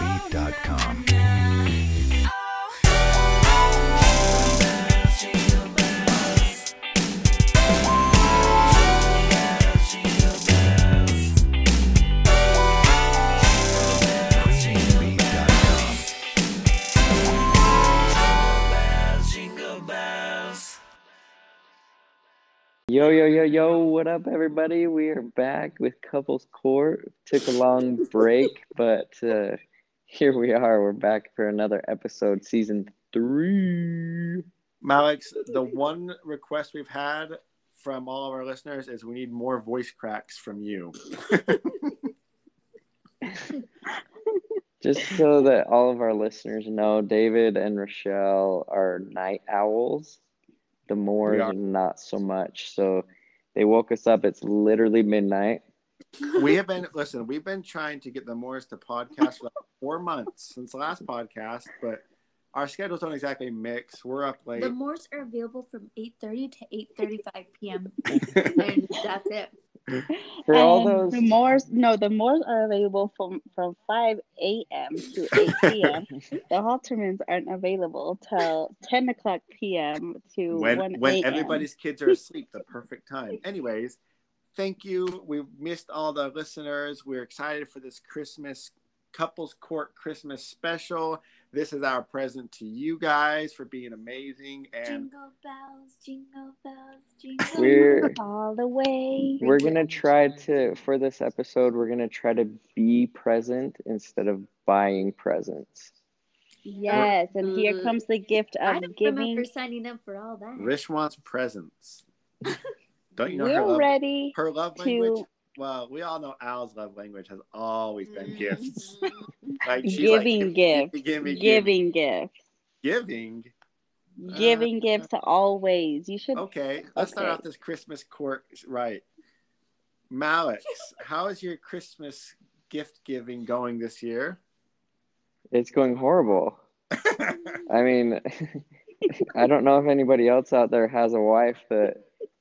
Podcast.com. Yo, yo, yo, yo, what up, everybody? We are back with Couples Court. Took a long break, but uh, here we are. We're back for another episode, season three. Malix, the one request we've had from all of our listeners is we need more voice cracks from you. Just so that all of our listeners know, David and Rochelle are night owls. The Moors We are. are not so much. So they woke us up. It's literally midnight. We have been listen, we've been trying to get the Morris to podcast for like four months since the last podcast, but our schedules don't exactly mix. We're up late. The Moors are available from 8.30 to 8.35 p.m. and that's it. For all And those, the Moors, no, the Moors are available from from 5 a.m. to 8 p.m. the Haltermans aren't available till 10 o'clock p.m. to when 1 when a.m. everybody's kids are asleep, the perfect time. Anyways, thank you. We missed all the listeners. We're excited for this Christmas couples court Christmas special. This is our present to you guys for being amazing and Jingle bells, jingle bells, jingle we're all the way. we're gonna try to for this episode. We're gonna try to be present instead of buying presents. Yes, and here Mm. comes the gift I of don't remember giving. signing up for all that. Rish wants presents. Don't you know her We're love, ready. her love to- language? Well, we all know Al's love language has always been gifts. Like she's Giving like, gifts. give me, give Giving me, gifts. giving. Giving gifts always. You should. Uh, Okay, let's start Okay. off this Christmas court right. Malix, how is your Christmas gift giving going this year? It's going horrible. I mean, I don't know if anybody else out there has a wife that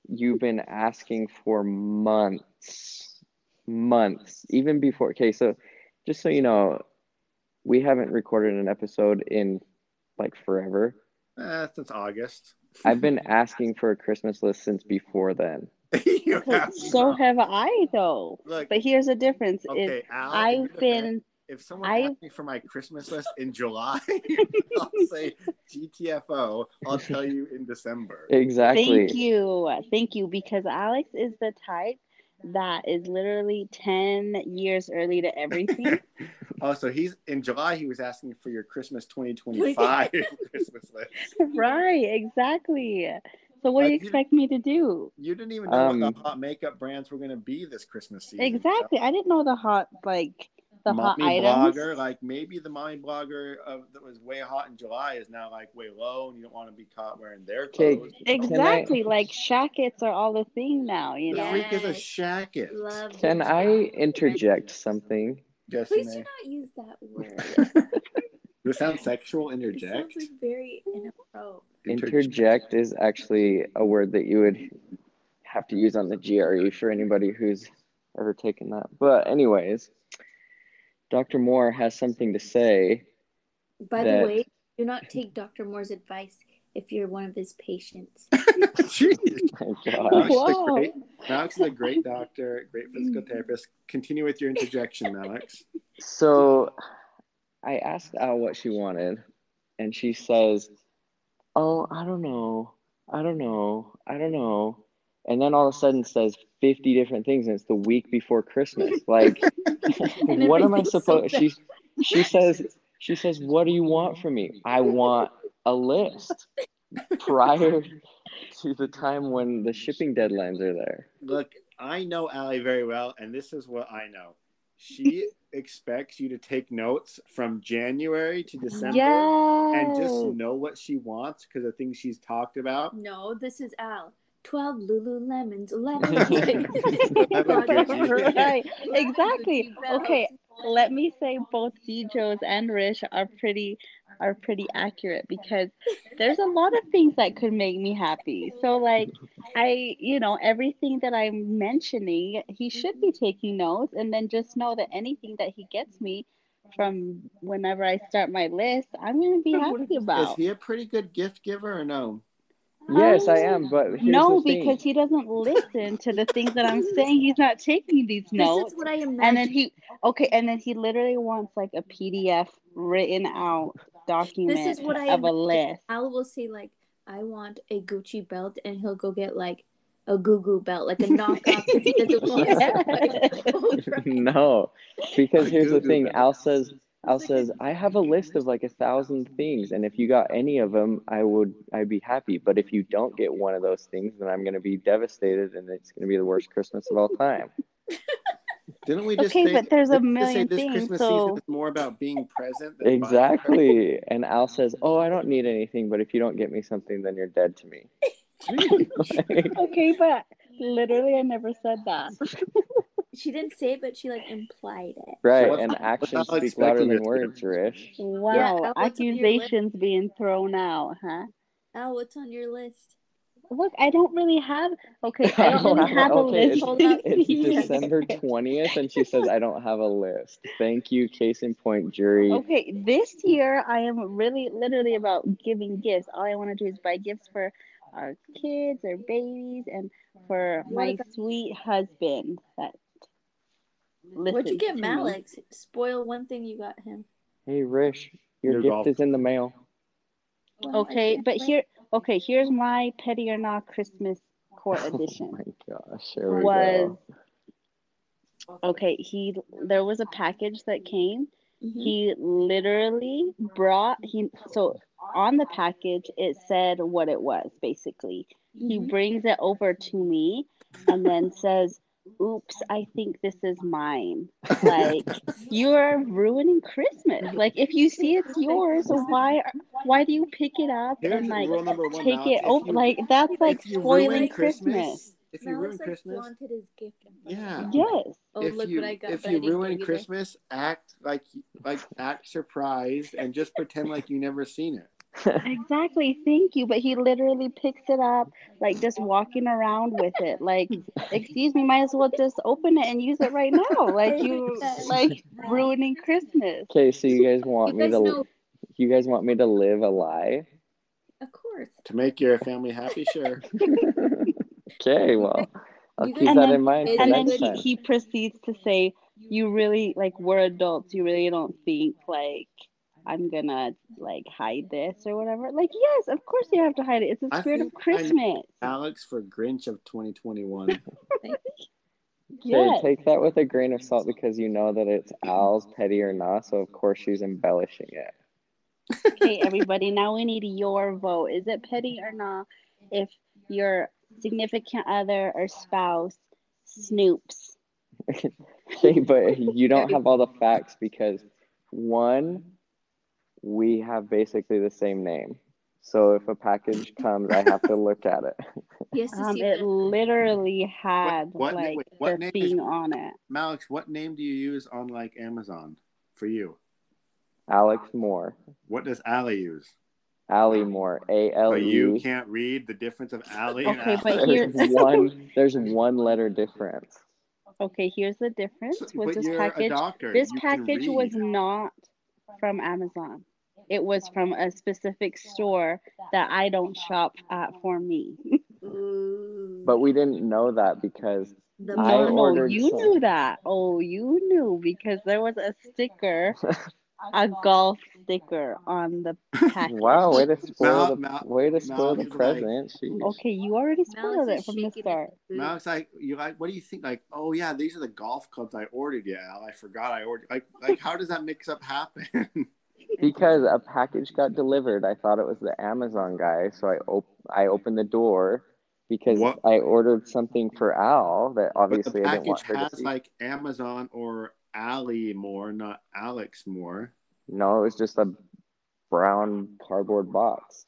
you've been asking for months, months, even before. Okay, so just so you know, we haven't recorded an episode in like forever. Eh, since August. I've been asking for a Christmas list since before then. You have- So have I though. Look, But here's the difference: is okay, Al, if I've you're been If someone I've- asked me for my Christmas list in July, I'll say GTFO. I'll tell you in December. Exactly. Thank you. Thank you. Because Alex is the type that is literally 10 years early to everything. Oh, so he's in July. He was asking for your Christmas 2025 Christmas list. right. Exactly. So, what do you Like, you- expect me to do? You didn't even know what Um, the hot makeup brands were going to be this Christmas season. Exactly. I didn't know the hot, like, the hot mommy items. blogger, like maybe the mommy blogger of, that was way hot in July is now like way low, and you don't want to be caught wearing their Okay, clothes. Exactly. like, shackets are all the thing now, you The know? freak is a Yes. shacket. Love Can you. I interject something? Yes, Please do ma'am. not use that word. This sounds sexual. it sounds Interject. like very inappropriate. Interject is actually a word that you would have to use on the GRE for anybody who's ever taken that. But, anyways, Dr. Moore has something to say. By That- the way, do not take Dr. Moore's advice if you're one of his patients. Jeez. My Alex Oh, gosh. is a Whoa. great- Alex is a great doctor, great physical therapist. Continue with your interjection, Alex. So, I asked Al what she wanted, and she says, Oh, I don't know. I don't know. I don't know. And then all of a sudden says 50 different things, and it's the week before Christmas. Like, And what am I everything's so supposed? bad. she she says she says, "What do you want from me? I want a list prior to the time when the shipping deadlines are there." Look, I know Allie very well, and this is what I know. She expects you to take notes from January to December. and Yes. just know what she wants because the things she's talked about. No, this is Al. 12 Lululemons, lemonade. right. Exactly. Okay, let me say both Joes and Rish are pretty are pretty accurate because there's a lot of things that could make me happy. So like I, you know, everything that I'm mentioning, he should be taking notes and then just know that anything that he gets me from whenever I start my list, I'm gonna be happy Is about. he a pretty good gift giver or no? Yes, I am, but here's no, the thing. because he doesn't listen to the things that I'm saying. He's not taking these This notes. is what I imagine. And then he okay, and then he literally wants like a PDF written out document This is what I of a list. Al will say like, "I want a Gucci belt," and he'll go get like a Goo Goo belt, like a knockoff. 'cause he doesn't want something. no, because I here's do the do thing. that. Al says, Al says, I have a list of like a thousand things, and if you got any of them, I would, I'd be happy. But if you don't get one of those things, then I'm gonna be devastated, and it's gonna be the worst Christmas of all time. Didn't we just Okay, think- but there's a didn't we just say million this things, Christmas so- season is more about being present. Than buying Exactly. And Al says, Oh, I don't need anything, but if you don't get me something, then you're dead to me. presents? Like, Okay, but literally I never said that. she didn't say it, but she like implied it. right. what's- And actions what's Al speak louder expecting than us to words, do? Rish. Wow, Yeah, I want to hear your list. accusations being thrown out, huh? Al, what's Oh, on your list? Look, I don't really have okay, I Oh, don't really wow. have a Okay, list. hold up. It's Yeah. December 20th, and she says, I don't have a list. Thank you, case in point, jury. Oh, Okay, this year I am really literally about giving gifts. All I want to do is buy gifts for our kids, our babies, and for What my about- sweet husband. That What'd you listens to get, me. Malik? Spoil one thing you got him. Hey, Rish, your Your gift golf. is in the mail. Well, Oh, I Okay, can't but wait. here, okay, here's my petty or not Christmas court edition. Oh My gosh, here we was go. okay. He there was a package that came Mhm. he literally brought he so on the package it said what it was basically he Mm-hmm. Mhm. brings it over to me and then says oops i think this is mine like you're ruining christmas like if you see it's yours why are- why do you pick it up Here's and like rule number one. take Mal. it If over you- like that's like if you spoiling ruin christmas If you Malik's, ruin like, Christmas, flaunted his gift. in front of Yeah. him. yes Oh, if look you what I got. if but I you didn't ruin give you this. Christmas, act like like act surprised and just pretend like you never seen it. Exactly. Thank you. But he literally picks it up, like just walking around with it. Like, excuse me, might as well just open it and use it right now. Like you, like ruining Christmas. Okay, so you guys want You me guys to know, you guys want me to live a lie? of course. To make your family happy, sure. okay, well, I'll You keep guys- that And in mind for then- And then next he, time. he proceeds to say, "You really like we're adults. You really don't think like." I'm gonna like hide this or whatever. Like, yes, of course you have to hide it. It's the I spirit of think I- Christmas. Alex for Grinch of 2021. Yes. Okay, take that with a grain of salt because you know that it's Al's petty or not, so of course she's embellishing it. Okay, everybody, now we need your vote. Is it petty or not if your significant other or spouse snoops? Okay, but you don't have all the facts because one, we have basically the same name. So if a package comes, I have to look at it. Yes, to Um, see it the- literally had what na- like wait, what the name is- thing on it. Alex, what name do you use on like Amazon for you? Alex Moore, What does Allie use? Allie Moore, A L But you E. can't read the difference of Allie and Okay, but Alex. here- There's one. There's one letter difference. Okay, here's the difference with But this you're a package. doctor. This You can package read. was not from Amazon. It was from a specific store that I don't shop at for me. Ooh. But we didn't know that because The I No, mom- no, ordered you some. knew that. Oh, you knew because there was a sticker, a golf sticker on the package. wow, way to spoil Mal- the Mal- way to spoil Mal the is like- present. Sheesh. Okay, you already spoiled Alex it is from the shaking start. at the food. Malik's like, you like, what do you think? Like, oh yeah, these are the golf clubs I ordered. Yeah, Al, I forgot I ordered. Like, like how does that mix up happen? Because a package got delivered, I thought it was the Amazon guy, so I op- I opened the door because What? I ordered something for Al that but the obviously I didn't package want her to has see. like Amazon or Allie Moore, not Alex Moore. no, it was just a brown cardboard box.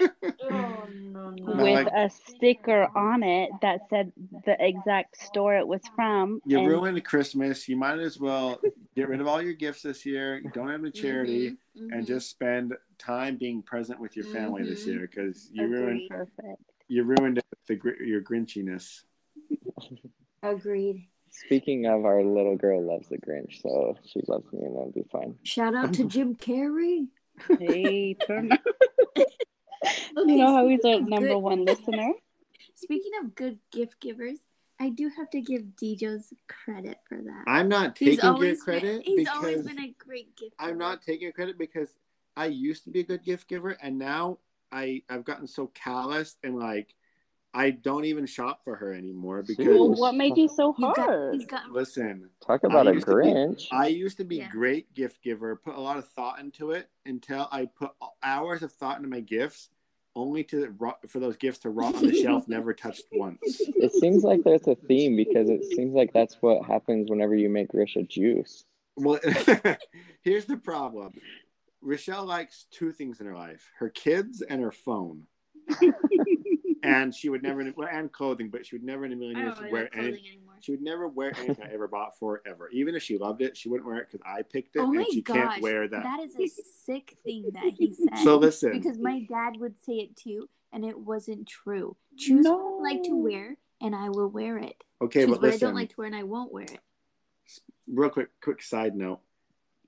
Oh, no, no. Now, With like- a sticker on it that said the exact store it was from. You and ruined Christmas. You might as well get rid of all your gifts this year. You Don't have a charity, Mhm, mhm. and just spend time being present with your family this Mhm. year because you ruined Agreed. perfect. you ruined it with the, gr- your grinchiness. Agreed. Speaking of, our little girl loves the Grinch, so she loves me, and that'll be fine. Shout out to Jim Carrey. Hey, turn up. you know how he's our number one listener? Speaking of good gift givers, I do have to give Dijo's credit for that. I'm not He's taking your always credit Been, he's because always been a great gift. I'm not taking your credit because I used to be a good gift giver, and now I I've gotten so callous and like I don't even shop for her anymore Well, because what made you so He's got- hard? he's got listen, Talk about a used to be- Grinch. I used to be Yeah. great gift giver, put a lot of thought into it until I put hours of thought into my gifts, only to rot, for those gifts to rot on the shelf, never touched once. It seems like there's a theme because it seems like that's what happens whenever you make Risha juice. Well, here's the problem. Rochelle likes two things in her life: her kids and her phone. and she would never, well, and clothing, but she would never in a million I years don't really wear like any. Oh, clothing anymore. She would never wear anything I ever bought for her, ever. Even if she loved it, she wouldn't wear it because I picked it, Oh my and she gosh, can't wear that. that is a sick thing that he said. So listen. because my dad would say it too, and it wasn't true. Choose what I like to No. wear, and I will wear it. okay, Choose but what I listen, don't like to wear, and I won't wear it. real quick, quick side note: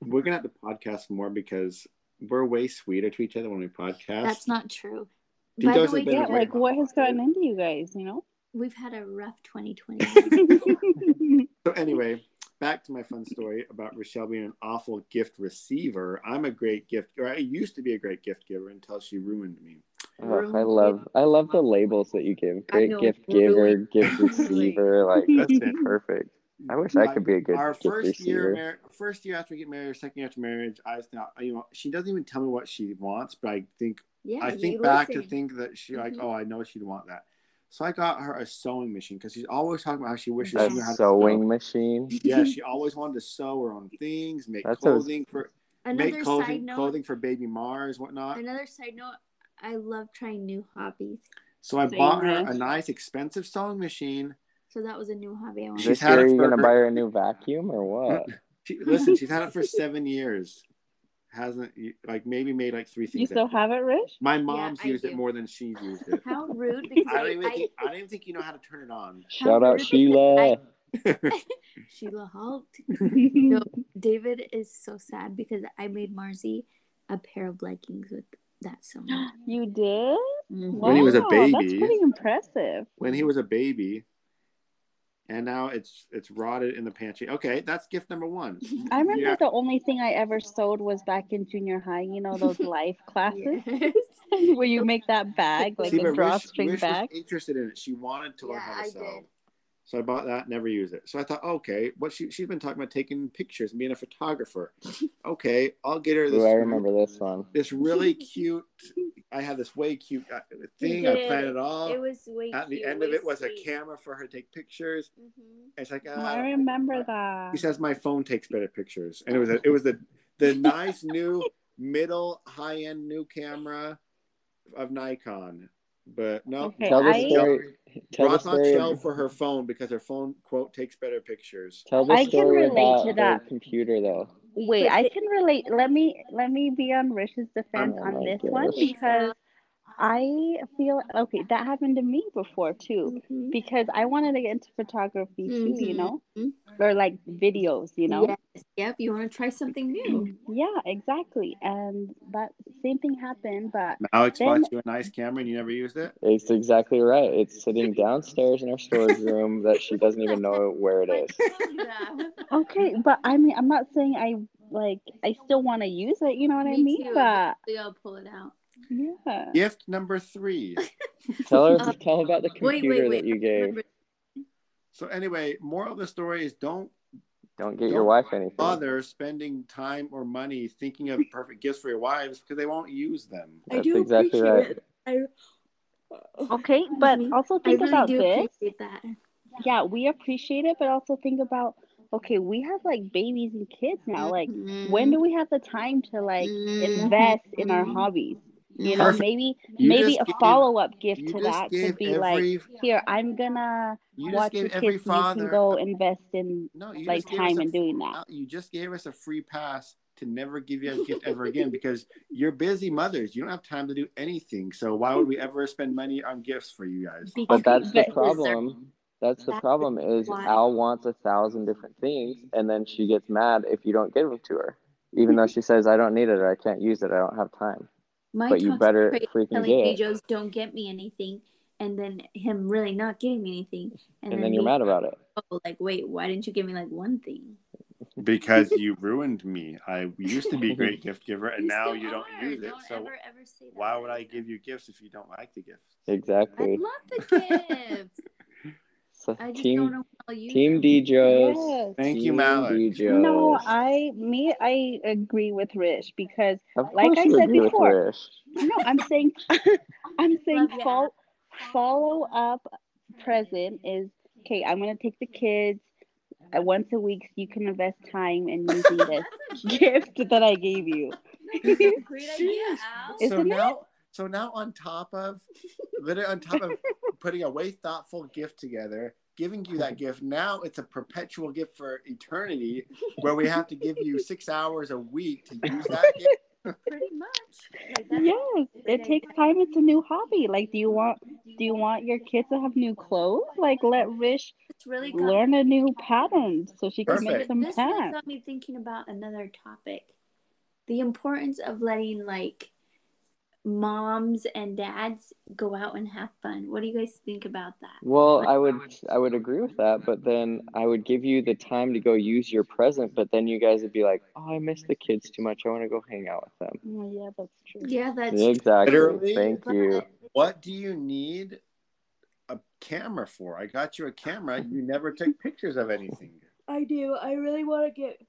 we're gonna have to podcast more because we're way sweeter to each other when we podcast. That's not true. He By the doesn't way, think yeah, Better way. guys, like what has gotten into you guys, you know? we've had a rough 2020. So anyway, back to my fun story about Rochelle being an awful gift receiver. I'm a great gift, or I used to be a great gift giver until she ruined me. Ugh, I love I love the labels that you give. Great know, gift giver, really. gift receiver. Like that's perfect. I wish I My- could be a good Our gift first year, receiver. mar- first year after we get married, or second year after marriage, I was not. You know, she doesn't even tell me what she wants, but I think yeah, I you think back to listen. think that she like, Mhm. oh, I know she'd want that. So I got her a sewing machine because she's always talking about how she wishes she A knew how to sew. sewing machine. Yeah, she always wanted to sew her own things, make That sounds- clothing for Another make side clothing note. clothing for baby Mars, whatnot. Another side note. I love trying new hobbies. So I Same bought her here. a nice expensive sewing machine. So that was a new hobby I wanted. She's This had year it you for gonna her- buy her a new vacuum or what? She, listen, she's had it for seven years. Hasn't like maybe made like three you things. still have it, Rich? My mom's I used it do. more than she's used it. How rude! Because I don't even I, think I don't even think you know how to turn it on. Shout out Sheila. Sheila Holt. No, David is so sad because I made Marzi a pair of leggings with that sewing. you did? Mm-hmm. When he was a Wow, That's baby. pretty impressive. When he was a baby. And now it's it's rotted in the pantry. Okay, that's gift number one. I remember Yeah. the only thing I ever sewed was back in junior high, you know, those life classes Yes. where you make that bag, like See, a but drawstring Rish bag. was interested in it. She wanted to learn Yeah, how to I sew. did. So I bought that, never used it. So I thought, okay, what she she's been talking about taking pictures and being a photographer. okay, I'll get her this. Ooh, I remember this one. This really cute. I had this way cute uh, thing. You I did. planned it all. It was way At the cute, end of way it was a sweet. camera for her to take pictures. Mhm. It's like Oh, I uh, remember that. he says my phone takes better pictures, and it was a, it was the the nice new middle high end new camera of Nikon. But no, Okay, Tell the I- story. Tell the Roth on story. shell of- for her phone because her phone quote takes better pictures. Tell the I can story relate about to her that. computer though. Wait, I can relate. Let me let me be on Rich's defense Oh on my this one gosh. because I feel okay. That happened to me before too Mhm. because I wanted to get into photography too. You Mhm. know, or like videos. You know. Yes. Yep. You want to try something new? Yeah, exactly. And that same thing happened, but Alex Then- bought you a nice camera and you never used it. It's exactly right. It's sitting downstairs in our storage room that she doesn't even know where it is. yeah. okay, but I mean, I'm not saying I like, I still want to use it, you know what I Me mean? too. But We all pull it out. yeah, Gift number three. Tell her. Uh, tell about the wait, computer wait. that you gave. Remember- so anyway, moral of the story is don't Don't get your Don't wife anything. bother spending time or money thinking of perfect gifts for your wives because they won't use them. I That's do exactly appreciate right. it. I, okay, but Mhm. also I think really about do this. appreciate that. Yeah, we appreciate it, but also think about okay, we have like babies and kids now. Like, Mm-hmm. when do we have the time to like Mm. invest in our hobbies? Mm-hmm. You know, Perfect. maybe You maybe just a gave- follow up gift you to just that could gave be every- like, here, I'm gonna You just watch your gave kids. and every you father can go invest in no, you like just gave us time a- in doing that. you just gave us a free pass to never give you a gift ever again because you're busy mothers. You don't have time to do anything. So why would we ever spend money on gifts for you guys? But Because that's the but- problem. That's the That's problem is why- Al wants a thousand different things and then she gets mad if you don't give them to her. Even though she says, I don't need it or I can't use it, I don't have time. My But you toxic better trait is freaking telling get it. Pedro's don't get me anything, and then him really not getting me anything, and, And then you're mad about it. Oh, like wait, why didn't you give me like one thing? because you ruined me. I used to be a great gift giver, and now still you don't are. use it. Don't So ever, ever say that. why would I give you gifts if you don't like the gifts? I Exactly. love the gift. So I just don't team know how you Team DJs. Yes. Thank you, Team Malik. DJs. No, I me I agree with Rich because Of like course I you said agree with before. Rish. no, I'm saying I'm saying Love ya. fol- follow up present is okay. I'm gonna take the kids uh, once a week. So you can invest time in using this gift that I gave you. That's a great idea, Jeez. Al. It's- so Isn't now, so now on top of, literally on top of putting a way thoughtful gift together, giving you that gift. Now it's a perpetual gift for eternity, where we have to give you six hours a week to use that gift. Pretty much. Like, that's- Yes, it takes time. It's a new hobby. Like, do you want do you want your kids to have new clothes? Like, let Rish It's really got- learn a new pattern so she can Perfect. make some This really pants. got me thinking about another topic: the importance of letting like moms and dads go out and have fun. What do you guys think about that? Well, I would I would agree with that, but then I would give you the time to go use your present, but then you guys would be like, "Oh, I miss the kids too much. I want to go hang out with them." Oh, yeah, that's true. Yeah, that's Exactly. Literally. Thank you. What do you need a camera for? I got you a camera. You never took pictures of anything. I do. I really want to get.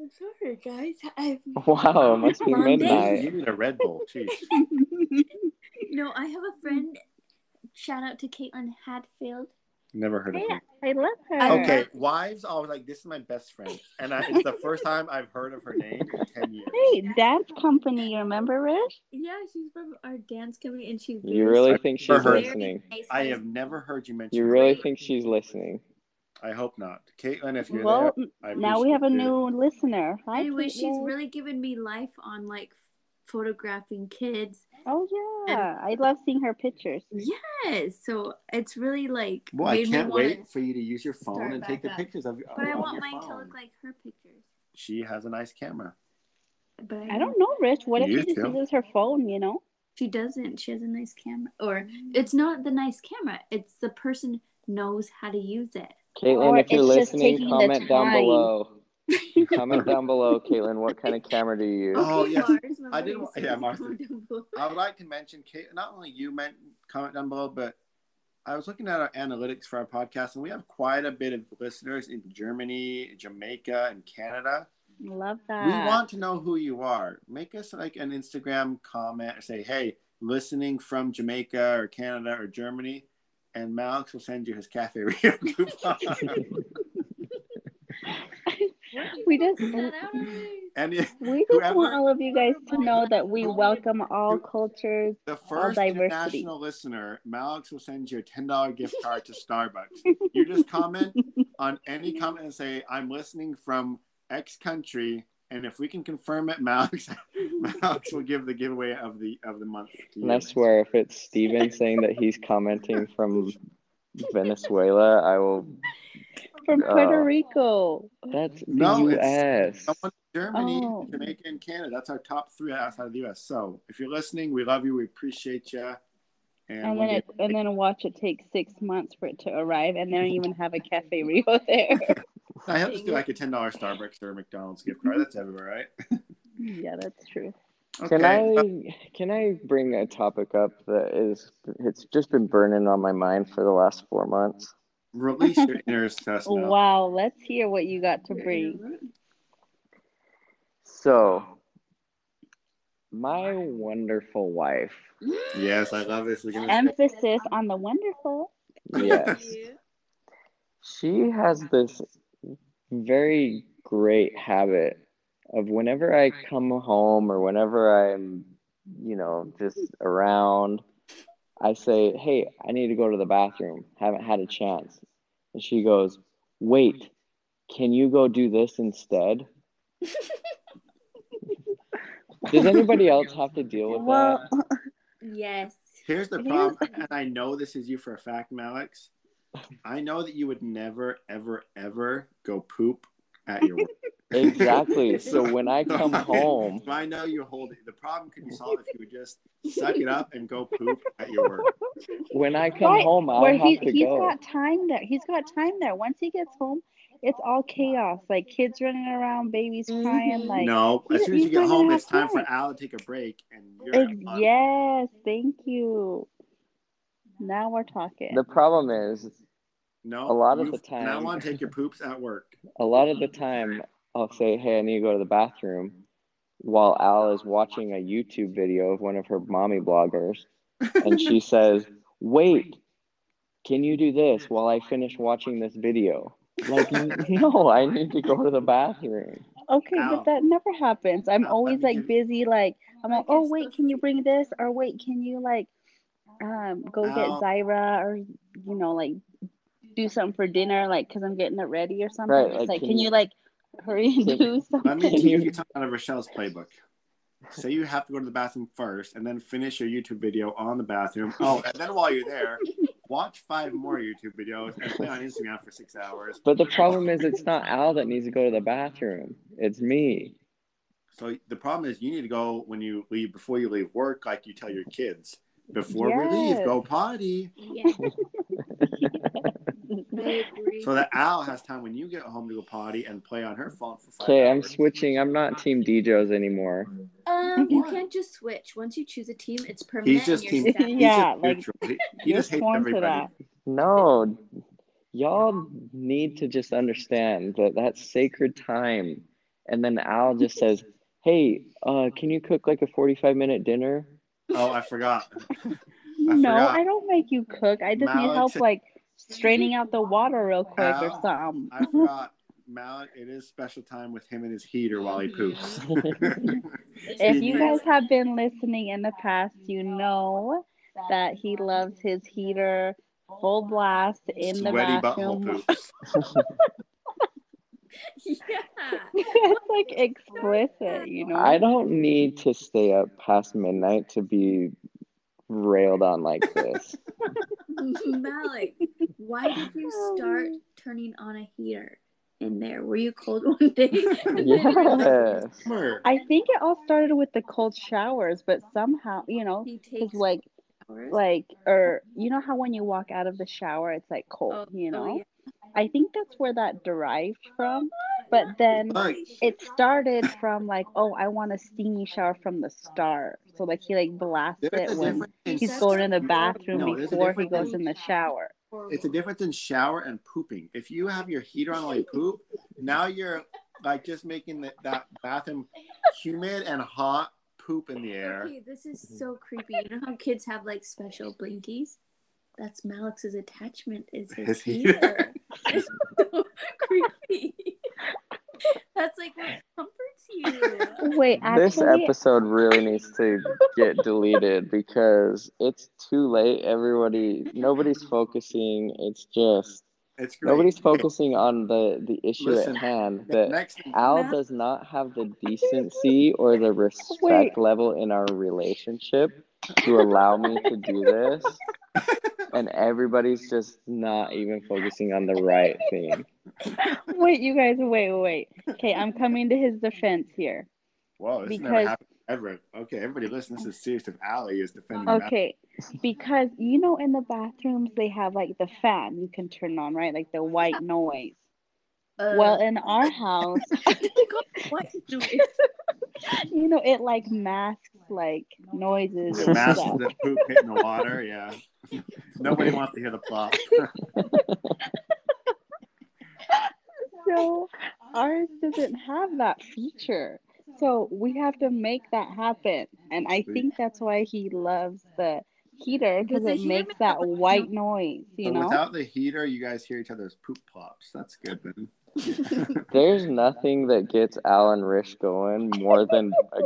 I'm sorry, guys. I've Wow, it must be Monday. midnight. You need a Red Bull. Jeez. no. I have a friend. Shout out to Caitlin Hadfield. Never heard of Yeah, it. I love her. I Okay, wives always like this is my best friend, and I, it's the first time I've heard of her name in ten years. Hey, dance company. You remember Rish? Yeah, she's from our dance company, and she's You really think she's her. listening? nice I person. have never heard you mention. You her. really think she's listening? I hope not, Caitlin. If you're Well, there, I now we have a appreciate new listener. Hi, Anyway, she's Caitlin. really given me life on like photographing kids. Oh yeah, I love seeing her pictures. Yes, so it's really like. it. Well, I made me can't wanna- wait for you to use your phone start and take back the up. pictures of. But I of want Oh, your mine to phone. look like her pictures. She has a nice camera. But I don't know, Rich. What if You she just too. uses her phone? You know? She doesn't. She has a nice camera, or Mm. it's not the nice camera. It's the person knows how to use it. Or Caitlin, if you're it's just listening, taking the comment down time. below. comment down below, Caitlin. What kind of camera do you use? Oh, yes. Mars, remember I did you want- said yeah, it's Mars. comfortable. I would like to mention, Kate. Not only you meant comment down below, but I was looking at our analytics for our podcast, and we have quite a bit of listeners in Germany, Jamaica, and Canada. Love that. We want to know who you are. Make us like an Instagram comment. Say, hey, listening from Jamaica or Canada or Germany, and Malx will send you his Cafe Rio coupon. we just Is that out already? and it- we just Whoever- want all of you guys to know that we welcome all cultures. the first diversity. international listener, Malx will send you a ten dollar gift card to Starbucks. You just comment on any comment and say, I'm listening from X country. And if we can confirm it, Malx, Malx will give the giveaway of the of the month. to you. And I swear, if it's Steven saying that he's commenting from Venezuela, I will. from Puerto Uh, Rico. That's the No, U.S. Someone in Germany, Oh. Jamaica, and Canada. That's our top three outside of the U.S. So if you're listening, we love you. We appreciate you. And, And we'll then it, get- and then watch it take six months for it to arrive, and they don't even have a Cafe Rio there. I hope to do like a ten dollar Starbucks or McDonald's gift card. That's everywhere, right? yeah, that's true. Okay. Can I can I bring a topic up that is it's just been burning on my mind for the last four months. release your inner test now. Oh, Wow, let's hear what you got to bring. So, my wonderful wife, Yes, I love this. We're gonna Emphasis on the wonderful. yes, she has this very great habit of whenever I come home or whenever I'm, you know, just around, I say, Hey, I need to go to the bathroom. Haven't had a chance. And she goes, Wait, can you go do this instead? Does anybody else have to deal with Well, that? Yes. Here's the Here's- problem, and I know this is you for a fact, Malix. I know that you would never, ever, ever go poop at your work. Exactly. So when I come home, I know you hold it. The problem could be solved if you would just suck it up and go poop at your work. when I come Right, home, I'll Where have he to he's go. got time there. He's got time there. Once he gets home, it's all chaos. Like kids running around, babies crying. Mhm. Like no, as you- soon as you you get don't home, have it's time for time. Al to take a break, and you're ex- on- yes, thank you. Now we're talking. The problem is, no. A lot of you the and I time- want to take your poops at work. a lot of the time, I'll say, "Hey, I need to go to the bathroom," while Al is watching a YouTube video of one of her mommy bloggers, and she says, "Wait, can you do this while I finish watching this video?" Like, no, I need to go to the bathroom. Okay, Ow. but that never happens. I'm Ow, let always me like give- busy. Like I'm like, Like, oh I'm wait, supposed can to- you bring this? Or wait, can you like um go get Ow. Zyra or you know like do something for dinner? Like because I'm getting it ready or something. Right, It's like, like, can can you- you like hurry and Can- do Let me something? teach you something out of Rochelle's playbook. Say you have to go to the bathroom first, and then finish your YouTube video on the bathroom. Oh, and then while you're there, watch five more YouTube videos and play on Instagram for six hours. But the problem is, it's not Al that needs to go to the bathroom. It's me. So the problem is, you need to go when you leave before you leave work, like you tell your kids. Before we leave, Yes. go potty. Yeah, I Right. agree. So that Al has time when you get home to go potty and play on her phone for five Okay, I'm hours. switching. I'm not Team DJs anymore. um, you Why? can't just switch. Once you choose a team, it's permanent. He's just and team. you're set. He's Yeah, just like, neutral. He, he you're just hates sworn to everybody. that. No, y'all need to just understand that that's sacred time. And then Al just says, "Hey, uh, can you cook like a 45 minute dinner?" Oh, I forgot. no, forgot. I don't make you cook. I just Malik need help said- like straining out the water real quick or Ow. something. I forgot. Malik, it is special time with him and his heater while he poops. If you guys have been listening in the past, you know that he loves his heater full blast in the Sweaty butthole bathroom. poops. yeah. it's like explicit, you know. I don't need to stay up past midnight to be railed on like this. Malik, why did you start Um. turning on a heater in there? Were you cold one day? And then it was- yes. Summer. I think it all started with the cold showers, but somehow, you know, He takes it's like hours. like or you know how when you walk out of the shower it's like cold, you know? Oh, yeah. I think that's where that derived from. But then Mike, it started from like, oh, I want a steamy shower from the start. So like he like blasts there's it a when difference in he's That's going in the not- bathroom No, there's a before he difference goes in- in the shower. It's a difference in shower and pooping. If you have your heater on while you poop, now you're like just making the, that bathroom humid and hot poop in the air. Okay, this is so creepy. You know how kids have like special blinkies? That's Malik's attachment is his His heater. heater. it's so creepy. That's like what comforts you. Wait, This actually, episode really needs to get deleted because it's too late. Everybody, nobody's focusing. It's just It's great. nobody's focusing on the the issue Listen, at hand. The That next thing, Al does not have the decency or the respect Wait. level in our relationship to allow me to do this, and everybody's just not even focusing on the right thing. wait, you guys, wait, wait. Okay, I'm coming to his defense here. whoa, this never because- happened ever. Okay, everybody, listen. This is serious. If Allie is defending, Matt. Okay, because you know, in the bathrooms, they have like the fan you can turn on, right? Like the white noise. Uh, Well, in our house, what? you know, it like masks like noises the and mask stuff. that poop hitting the water. Yeah, nobody wants to hear the plop. So ours doesn't have that feature. So we have to make that happen. And I think that's why he loves the heater because Because the it heater makes makes that a lot of white noise, you But know? without the heater, you guys hear each other's poop plops. That's good then. There's nothing that gets Al and Rish going more than a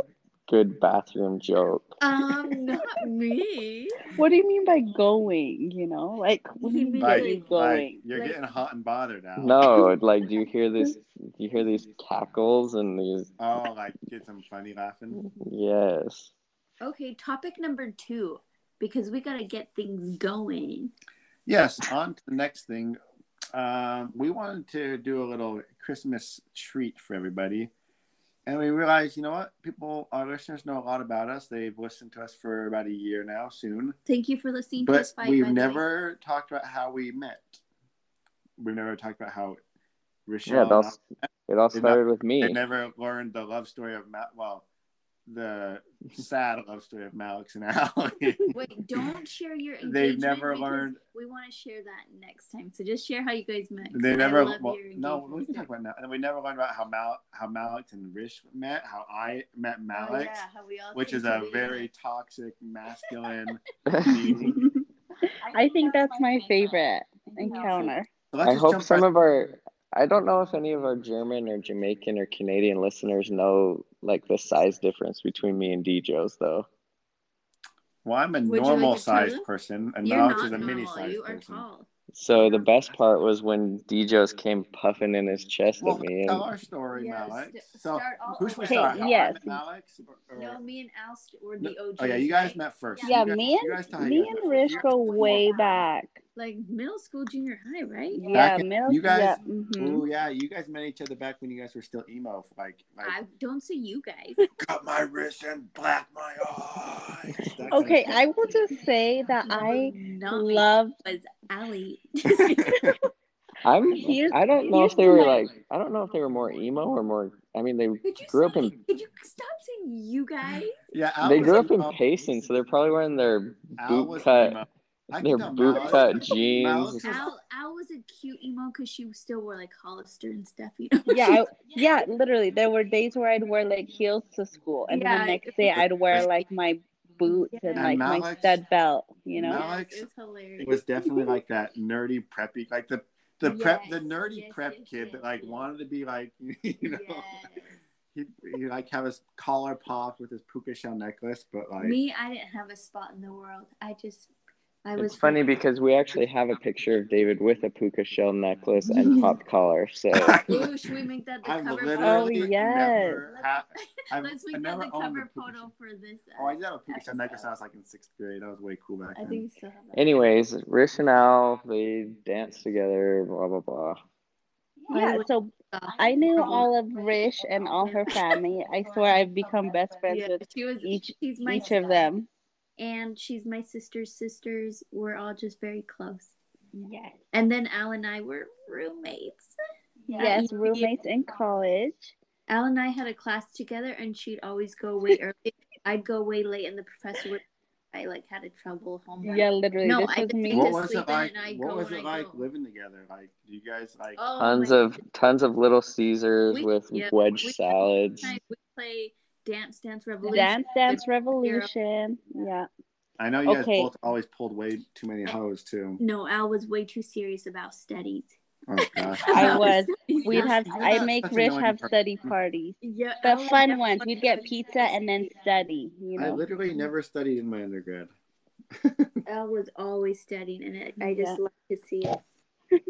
good bathroom joke. um, not me. What do you mean by going, you know? Like what do He you mean means by Like- like- Like, going? you're Like- getting hot and bothered now. No, like do you hear this? Do you hear these cackles and these? Oh, like get some funny laughing. Yes. Okay, topic number two, because we gotta get things going. Yes, on to the next thing. Um, we wanted to do a little Christmas treat for everybody. And we realized, you know what? People, our listeners know a lot about us. They've listened to us for about a year now, soon. Thank you for listening to But us fight. we've by the way. never talked about how we met. We've never talked about how Rochelle. Yeah, it all, it all They're not- started with me. They never learned the love story of Mal. Well, the sad love story of Malix and Allie. Wait, don't share your engagement. They've never because learned. We want to share that next time. So just share how you guys met. They I never. love Well, your no, engagement we can talk about now. And we never learned about how Mal, how Malix and Rish met, how I met story. Malix, Oh, yeah, how we all which came is a to be. very toxic, masculine. meeting. I think that's my favorite encounter. So let's I just hope jump some right- of our I don't know if any of our German or Jamaican or Canadian listeners know like the size difference between me and DJs though. Well, I'm a Would you like normal to tell sized them? person, and You're Malix not is a mini normal. sized You are person. tall. So Mm. the best part was when DJs came puffing in his chest Well, at me tell and our story, Yeah, Malix. st- So, start all who should we over. start? Hey, How I yes. met Malix? Or, or- No, me and Al st- were the OGs. oh yeah, you guys right? met first. Yeah, You guys- me you and guys tell how you me guys and met Rish first. go way back. Like middle school, junior high, right? Yeah, in- middle. you guys- yeah, mhm. Oh yeah, you guys met each other back when you guys were still emo. Like, like I don't say you guys. cut my wrist and black my eye. That kind of Okay, shit. I will just say that I not me. love. It was Allie. I'm Here's- I don't know here's if they were the- like I don't know if they were more emo or more I mean they Could you grew up say, in Could you stop saying you guys? yeah, Al they was grew up in emo. Payson, so they're probably wearing their Al boot was cut emo. I can their tell boot Malik- cut Malik jeans. was- Al Al was a cute emo because she still wore like Hollister and stuff, you know. Yeah, I, yeah. Literally, there were days where I'd wear like heels to school, and then Yeah, the next day I'd wear was- like my boots and Yeah. like my Malik- stud belt. You know. Malik- Alex yes, it was hilarious. It was definitely like that nerdy preppy, like the the prep, the Oh, Yes, nerdy yes, prep yes, kid that yes, like yes. wanted to be like you know. Yes. He he like have his collar popped with his puka shell necklace, but like Me, I didn't have a spot in the world. I just, I was. It's funny because we actually have a picture of David with a puka shell necklace and pop collar. So Ooh, should we make that the I've cover? literally Oh, photo? yes. never ha- I've, Let's I make that never the owned a cover puka photo shell. for this. Oh, I uh, did have a puka shell episode. necklace when I was like in sixth grade. That was way cool back I then. think we still have that. anyways, Rish and Al they danced together, blah blah blah. Yeah. So Uh, I knew all of Rish and all her family. I swear I've become best friends yeah, with she was. each- she's my each of sister, them. and she's my sister's sisters. We're all just very close. Yes. And then Al and I were roommates. Yes, roommates in college. Al and I had a class together, and she'd always go way early. I'd go way late, and the professor would. I like had a trouble homework. Yeah, literally. No, this I was just me. think Mm-hmm. what to was it sleep in like? and I What go was and it I like go. living together? Like, do you guys like? Oh Tons my of tons of little Caesars We- with yeah, wedge we- salads. goodness. We play Dance Dance Revolution. Dance Dance with- Revolution. Yeah. I know you guys Okay. both always pulled way too many hoes too. No, Al was way too serious about studies. Oh gosh. I was. He's We'd not- have You're I not make such an Rish annoying have person. study parties. Yeah, The Al fun never ones. We'd get wanted- pizza and then study, you I know. literally never studied in my undergrad. Al was always studying, and it, I just Yeah. love to see it.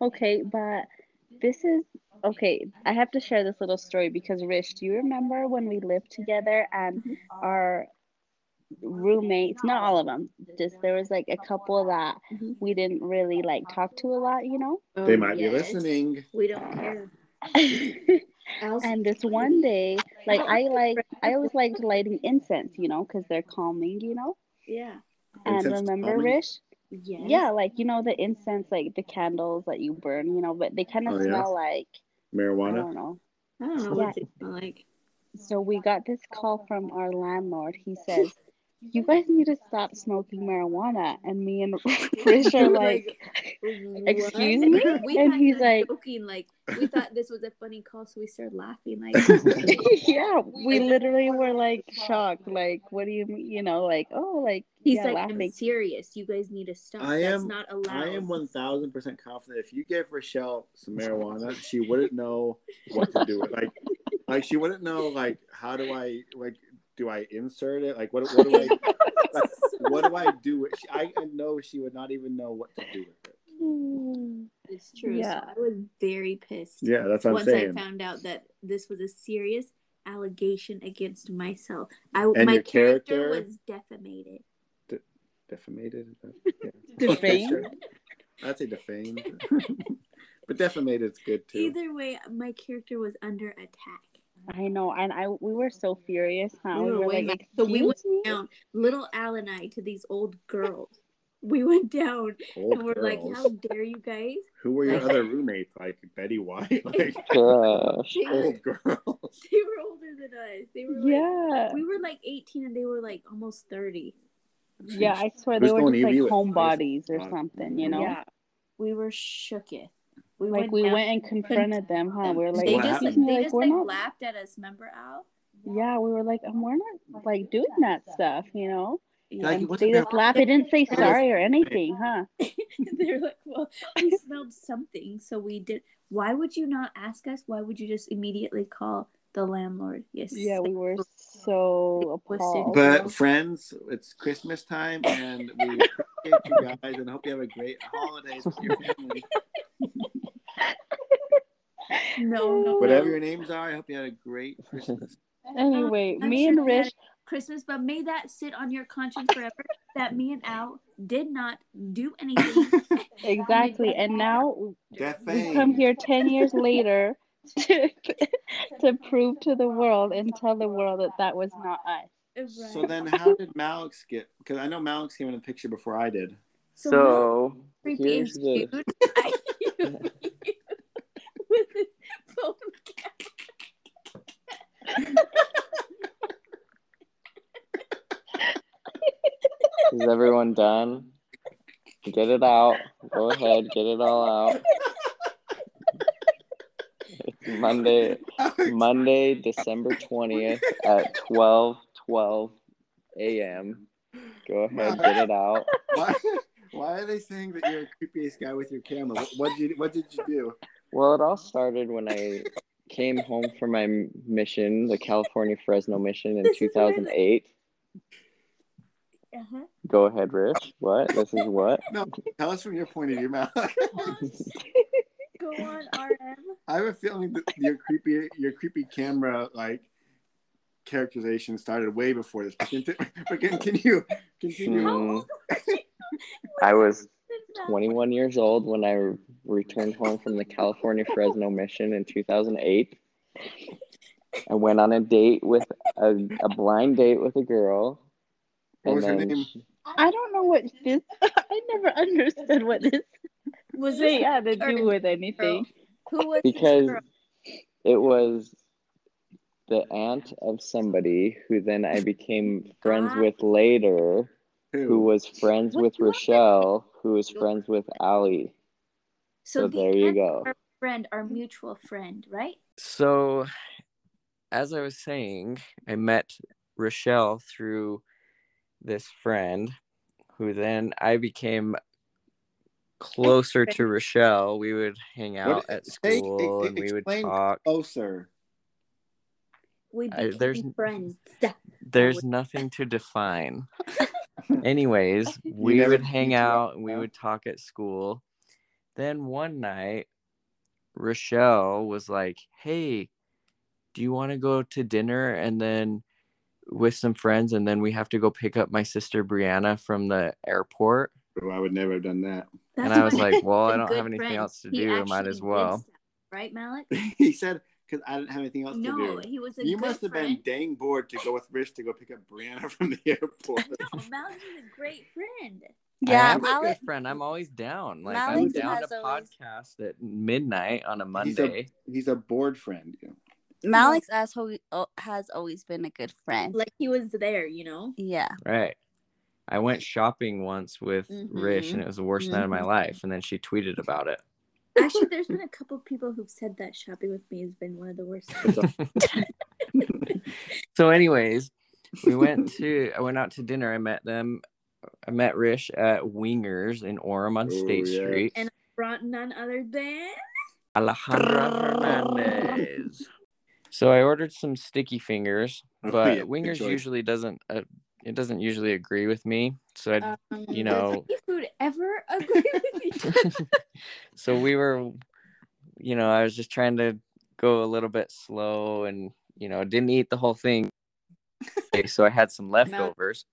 Okay, but this is okay, I have to share this little story because Rish, do you remember when we lived together and Mhm. our roommates, not all of them, just there was like a couple that Mhm. we didn't really like talk to a lot, you know? Oh, They might be yes. listening. We don't care. Al's and this one day, like I like I always liked lighting incense, you know, because they're calming, you know. yeah, And Incense is remember, calming? Rish? yes. Yeah, like you know the incense, like the candles that you burn, you know, but they kind of Oh, yeah. smell like I Marijuana. don't know. I don't know what they smell like. So we got this call from our landlord. He says, "You guys need to stop smoking marijuana." And me and Rish are like, "Excuse me?" What? We And thought he's you were like- joking. Like we thought this was a funny call, so we started laughing. Like Oh. yeah, we literally were like shocked. Like, what do you mean? You know, like, oh, like he's yeah, like, laughing. I'm serious. You guys need to stop. I That's am- not allowed. I am one thousand percent confident if you gave Rochelle some marijuana, she wouldn't know what to do with. Like, like she wouldn't know like how do I like do I insert it? Like what what do I like, what do I do? With, she, I know she would not even know what to do with it. It's true. Yeah. So I was very pissed Yeah, that's what once I'm saying. I found out that this was a serious allegation against myself. I And my your character, character? was defamated. defamated. uh, Yeah. Defamed? I'd say defamed, but defamated is good too. Either way, my character was under attack. I know, and I we were so furious, huh? We were way mad. So "Excuse we went me?" down, little Al and I, to these old girls. We went down Old and we're girls. like, "How dare you guys?" Who were your other roommates? Like Betty White, like Gosh. They were, old girls. they were older than us. They were like, Yeah, we were like 18 and they were like almost 30. yeah. I swear There's they no were just need like you would- homebodies or Uh, something, you know. Yeah. We were shooketh. We Like we down- went and confronted them, huh? We were like, they What just like, "Excuse me," they like, just we're like not- laughed at us, remember Al? Yeah, we were like, um, we're not like doing that stuff, you know. Like, And what's they that- just laughed. They didn't say That is- sorry or anything, huh? They're like, well, we smelled something, so we did. Why would you not ask us? Why would you just immediately call the landlord? Yes. Yeah, we were so Was it- appalled. But friends, it's Christmas time, and we appreciate you guys, and hope you have a great holidays with your family. No, no. Whatever no. your names are, I hope you had a great Christmas. anyway, I'm me sure and that Rish, Christmas, but may that sit on your conscience forever that me and Al did not do anything. exactly. And now we Defame. come here 10 years later to, to prove to the world and tell the world that that was not us. So then, how did Malix get? Because I know Malix came in the picture before I did. So, Mal's So creepy and here's the cute. I- with his phone cap. is everyone done? Get it out. Go ahead, get it all out. It's Monday Monday, December twentieth at twelve twelve AM. Go ahead, get it out. Why, why are they saying that you're a creepiest guy with your camera? What, what did you What did you do? Well, it all started when I came home from my m- mission, the California Fresno mission in This is where the- 2008. Uh-huh. Go ahead, Rich. What? This is what? Tell us from your point of view, Malix. Go on, RM. I have a feeling that your creepy your creepy camera like characterization started way before this. But conti- but continue, continue. How Mm. Hmm. old were you? I was when this happened? 21 years old when I re- returned home from the California Fresno mission in 2008. I went on a date with a, a blind date with a girl. What was her then name? she- I don't know what this, I never understood what this Was they this had to or do with anything. who was because this girl? it was the aunt of somebody who then I became friends Ah. with later, who Who? was friends What with was it? Rochelle, who was friends with Ali. So, So the there you aunt, go. Our friend, our mutual friend, right? So, as I was saying, I met Rochelle through this friend who then I became closer to Rochelle. We would hang out What- at Hey, school e- and we would explain- talk. Oh, Closer. We I- became there's- friends. There's nothing to define. Anyways, we never would did hang meet up, out and we huh? would talk at school. Then one night, Rochelle was like, Hey, do you want to go to dinner and then with some friends? And then we have to go pick up my sister Brianna from the airport. Oh, I would never have done that. and That's I was my like, Well, I good don't have anything friend. else to He do. Might actually as did well. stuff, right, Malik? he said because I didn't have anything else No, to do. he was a You good must have friend. been dang bored to go with Rich to go pick up Brianna from the airport. No, Malik is a great friend. I Yeah, am a Alex, good friend. I'm always down. Like Alex I'm down has to always- podcast at midnight on a Monday. He's a bored friend. You know. Malik's asshole oh, has always been a good friend. Like he was there, you know. yeah. Right. I went shopping once with Rish Mhm. and it was the worst night of my Mhm. life. And then she tweeted about it. Actually, there's been a couple people who've said that shopping with me has been one of the worst. So, anyways, we went to I went out to dinner. I met them. I met Rish at Wingers in Orem on Oh, State yeah. Street. And- Brought none other than Alejandra Hernandez. So I ordered some sticky fingers, Oh, but yeah, good Wingers choice. usually doesn't. Uh, it doesn't usually agree with me. So I. um, You know- does any food ever agree with you? so we were, you know, I was just trying to go a little bit slow, and you know, didn't eat the whole thing. Okay, So I had some leftovers.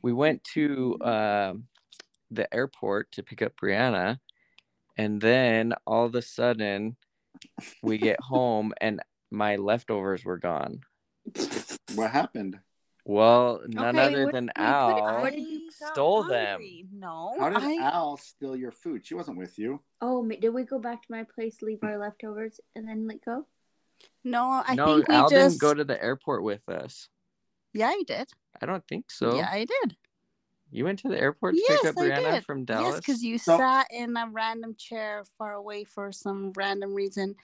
we went to um the airport to pick up Brianna, and then all of a sudden we get home and my leftovers were gone. What happened? Well, none Okay, other what- than we put it- Al. what did you- stole them. No, How did I- Al steal your food? She wasn't with you. Oh, ma- did we go back to my place, leave our leftovers, and then let go? no, I no, think we Al just. didn't go to the airport with us. Yeah, I did. I don't think so. Yeah, I did. You went to the airport to Yes, pick up I Brianna did. from Dallas. Yes, because you So- sat in a random chair far away for some random reason,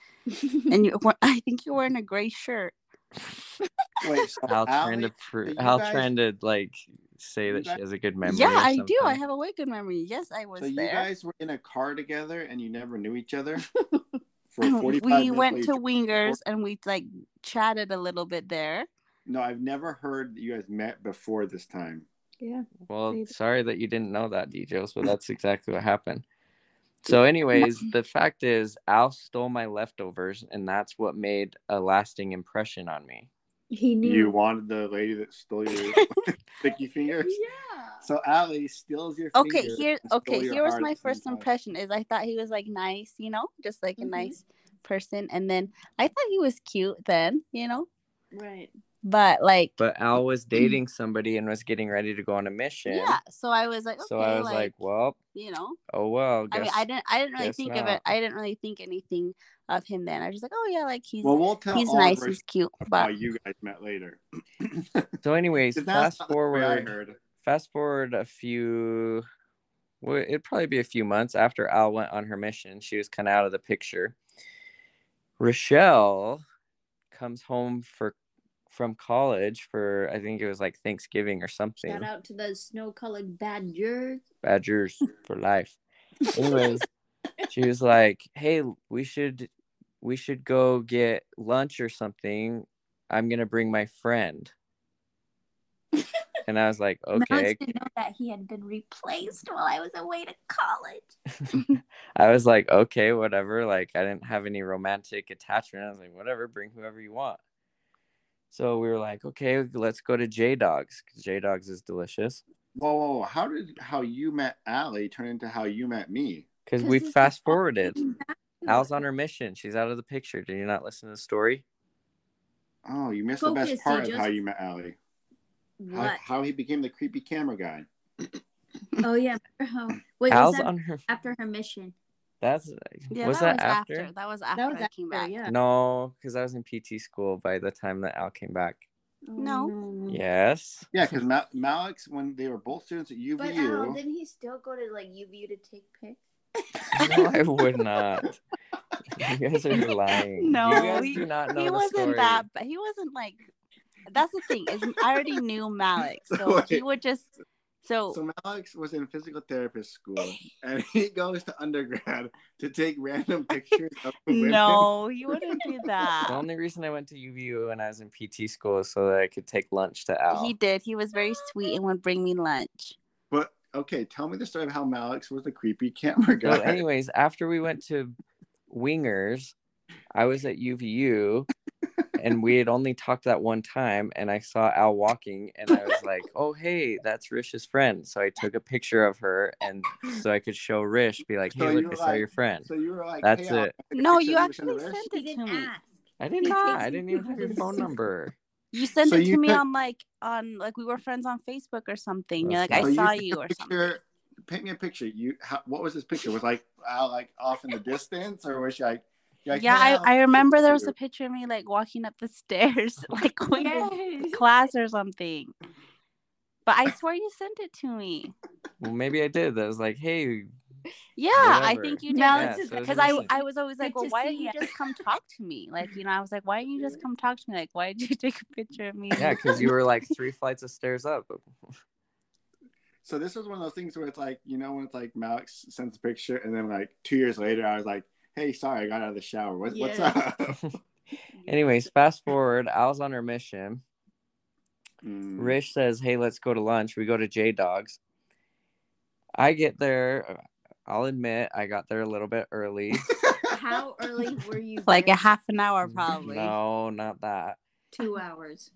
and you. were- I think you were in a gray shirt. Wait, so Al Allie, trying to pro- you Al guys- trying to like say you that guys- she has a good memory. yeah, or I do. I something. have a way good memory. Yes, I was so you there. guys were in a car together and you never knew each other for we 45 minutes went while to you- Wingers and we like chatted a little bit there. No, I've never heard that you guys met before this time. Yeah. Well, Maybe. sorry that you didn't know that, DJs, but that's exactly what happened. So, anyways, the fact is, Al stole my leftovers, and that's what made a lasting impression on me. He knew. You wanted the lady that stole your sticky fingers. yeah. So Allie steals your Okay, fingers here. and stole Okay, your here was heart at my the same first time. impression. Is I thought he was like nice, you know, just like Mhm. a nice person, and then I thought he was cute then, you know, Right. but like. But Al was dating somebody and was getting ready to go on a mission. Yeah, so I was like, okay, so I was like, like, well, you know, oh well. Guess I mean, I didn't, I didn't really guess think of not. it. I didn't really think anything of him then. I was just like, oh yeah, like he's Well, we'll tell he's all the nice, versions he's cute, of how but you guys met later. So, anyways, Because that's fast not the story I forward. heard. fast forward a few well, it'd probably be a few months after al went on her mission she was kind of out of the picture rochelle comes home for from college for i think it was like thanksgiving or something Shout out to the snow-colored badgers. badgers for life anyways she was like hey we should we should go get lunch or something i'm gonna bring my friend and i was like Alex okay didn't know that he had been replaced while I was away to college. I was like, okay, whatever. Like, I didn't have any romantic attachment. I was like, whatever, bring whoever you want. So we were like, okay, let's go to J Dogs. J Dogs is delicious. Whoa, whoa, whoa, how did how you met Allie turn into how you met me? Because 'Cause we this is fast forwarded. Back to Al's it. on her mission. She's out of the picture. Did you not listen to the story? Oh, you missed the Focus, best part you of how just- you met Allie. How, What? how he became the creepy camera guy. Oh yeah. remember how- Wait, was Al's that on her. after her mission? That's yeah, was that, that, was after? after? That was after I came back. Yeah. No, because I was in PT school by the time that Al came back. Oh, No. Yes. Yeah, because Ma- Malix, when they were both students at UVU, But Al, didn't he still go to like UVU to take pics? No, I would not. You guys are lying. No, you guys we- do not know he the wasn't story. that but he wasn't like that's the thing is i already knew malik So so, he wait. would just oh, so, So Alex was in physical therapist school, and he goes to undergrad to take random pictures of the women. no he wouldn't do The that only reason I went to UVU when I was in PT school is so that I could take lunch to Al. he did he was very sweet and would bring me lunch But okay, tell me the story of how Alex was a creepy camera guy. But anyways, after we went to Wingers, I was at UVU, and we had only talked that one time, and I saw Al walking, and I was like, "Oh hey, that's Rish's friend." So I took a picture of her, and so I could show Rish, be like, "Hey, So you look, I were saw like- your friend." so you were like, That's hey, I'll it. take a No, picture you of and actually the rest. sent He it to didn't me ask. I He didn't. Know. takes I didn't even have your pictures. phone number. you sent So it to you me took- on like on like we were friends on facebook or something you're That's like not- i So you saw you took a or something picture- Paint me a picture. You, how, what was this picture? Was like, uh, like off in the distance, or was she like, you're like, yeah hey, I, Alex, I take remember there was a picture. picture of me like walking up the stairs like going to Yes. class or something. But I swear you sent it to me. Well, maybe I did. That was like, "Hey, Yeah, I Whatever. think you did. Malice Yeah, is so it's because I, recent. I was always like, Good well, to why didn't see you ya." just come talk to me? Like, you know, I was like, why didn't you just come talk to me? Like, why did you take a picture of me? yeah," because you were like three flights of stairs up. So this was one of those things where it's like, you know, when it's like Alex sends a picture, and then like two years later, I was like, hey, sorry, I got out of the shower. What, What's Yeah. up? Anyways, fast forward, Al's on her mission. Mm. Rish says, Hey, let's go to lunch. We go to J Dog's. I get there. uh, I'll admit, I got there a little bit early. How early were you? like a there? Mm-hmm. half an hour probably. No, not that. two hours.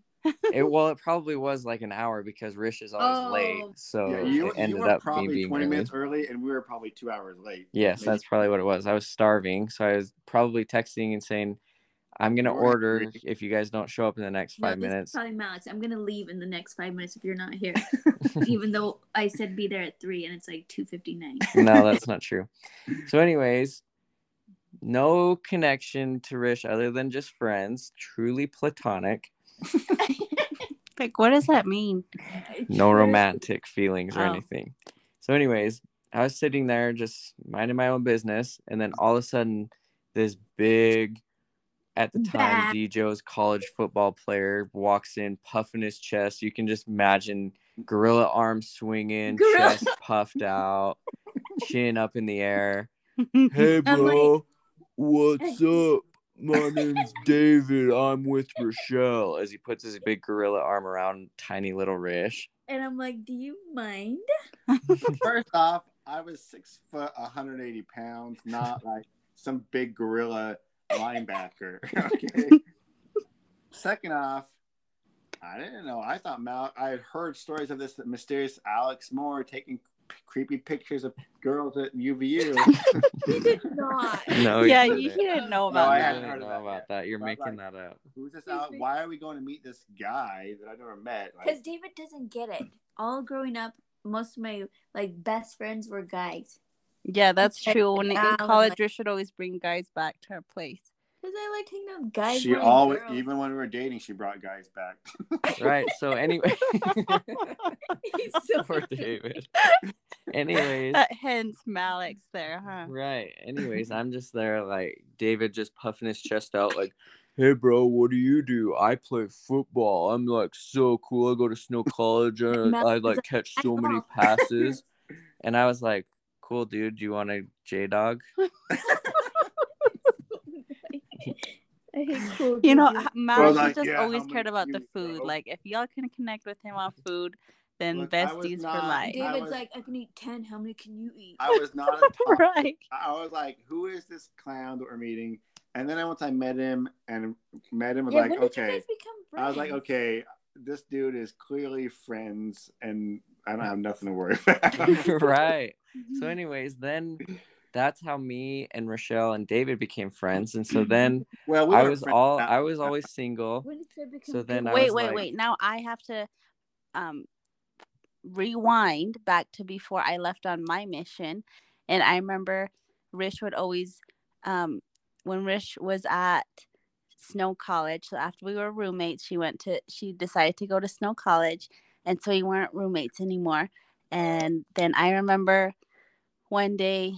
it, well, it probably was like an hour because Rish is always Oh. late, so yeah, you, it you ended were up me probably being 20 early. minutes early, and we were probably two hours late. Yes, Maybe. that's probably what it was. I was starving, so I was probably texting and saying, "I'm gonna You were order hungry. if you guys don't show up in the next No, five this is minutes." Probably Malik. I'm gonna leave in the next five minutes if you're not here. Even though I said be there at three and it's like two fifty nine. no, that's not true. So, anyways, no connection to Rish other than just friends, truly platonic, Like, what does that mean? no romantic feelings or Oh. anything. So, anyways, I was sitting there just minding my own business, and then all of a sudden, this big, at the time, Bad. Djo's college football player walks in, puffing his chest. You can just imagine gorilla arm swinging, Gorilla- chest puffed out, chin up in the air. Hey, I'm like- bro. What's up? My name's David. I'm with Rochelle. As he puts his big gorilla arm around tiny little Rish. And I'm like, do you mind? First off, I was six foot, 180 pounds, not like some big gorilla linebacker. Okay. Second off, I didn't know. I thought Mal. I had heard stories of this mysterious Alex Moore taking p- creepy ppictures of girls at UVU. You did not. No, yeah, you you didn't. didn't know No, about I I that. hadn't hadn't heard know of that about yet. that. You're But, making like- that up. Who's this? Al- why are we going to meet this guy that I never met? Like, Because David doesn't get it. All growing up, most of my like best friends were guys. Yeah, that's checked true. When in out and, college, like- we should always bring guys back to our place. Because I liked hanging out with guys. she more than always, girls. even when we were dating, she brought guys back. Right. So, anyway. He's so Poor David. Anyways. That hence Malik's there, huh? Right. Anyways, I'm just there, like David just puffing his chest out, like, "Hey, bro, what do you do? I play football. I'm like so cool. I go to Snow College. And Mel I is like like, catch "I so many golf." passes." and I was like, "Cool, dude. Do you want a J Dog?" I hate cool. You know, dudes. h- Malik like, has just yeah, how always many cared about the views, food. bro? Like, if y'all can connect with him on food, then Look, I was besties for not- life. I David's was- like, I can eat ten. How many can you eat? I was not a top. right? I was like, who is this clown that we're meeting? And then once I met him and met him, I was yeah, like, when did you okay. guys become friends? I was like, okay, this dude is clearly friends, and I don't have nothing to worry about. right. So, Mhm. anyways, then that's how me and Rochelle and David became friends. And so then well, we I were was friends all now. I was always single. When did you guys become So then I wait, was wait, like- wait. Now I have to um rewind back to before I left on my mission. And I remember Rish would always um when Rish was at Snow College, so after we were roommates, she went to she decided to go to Snow College and so we weren't roommates anymore. And then I remember one day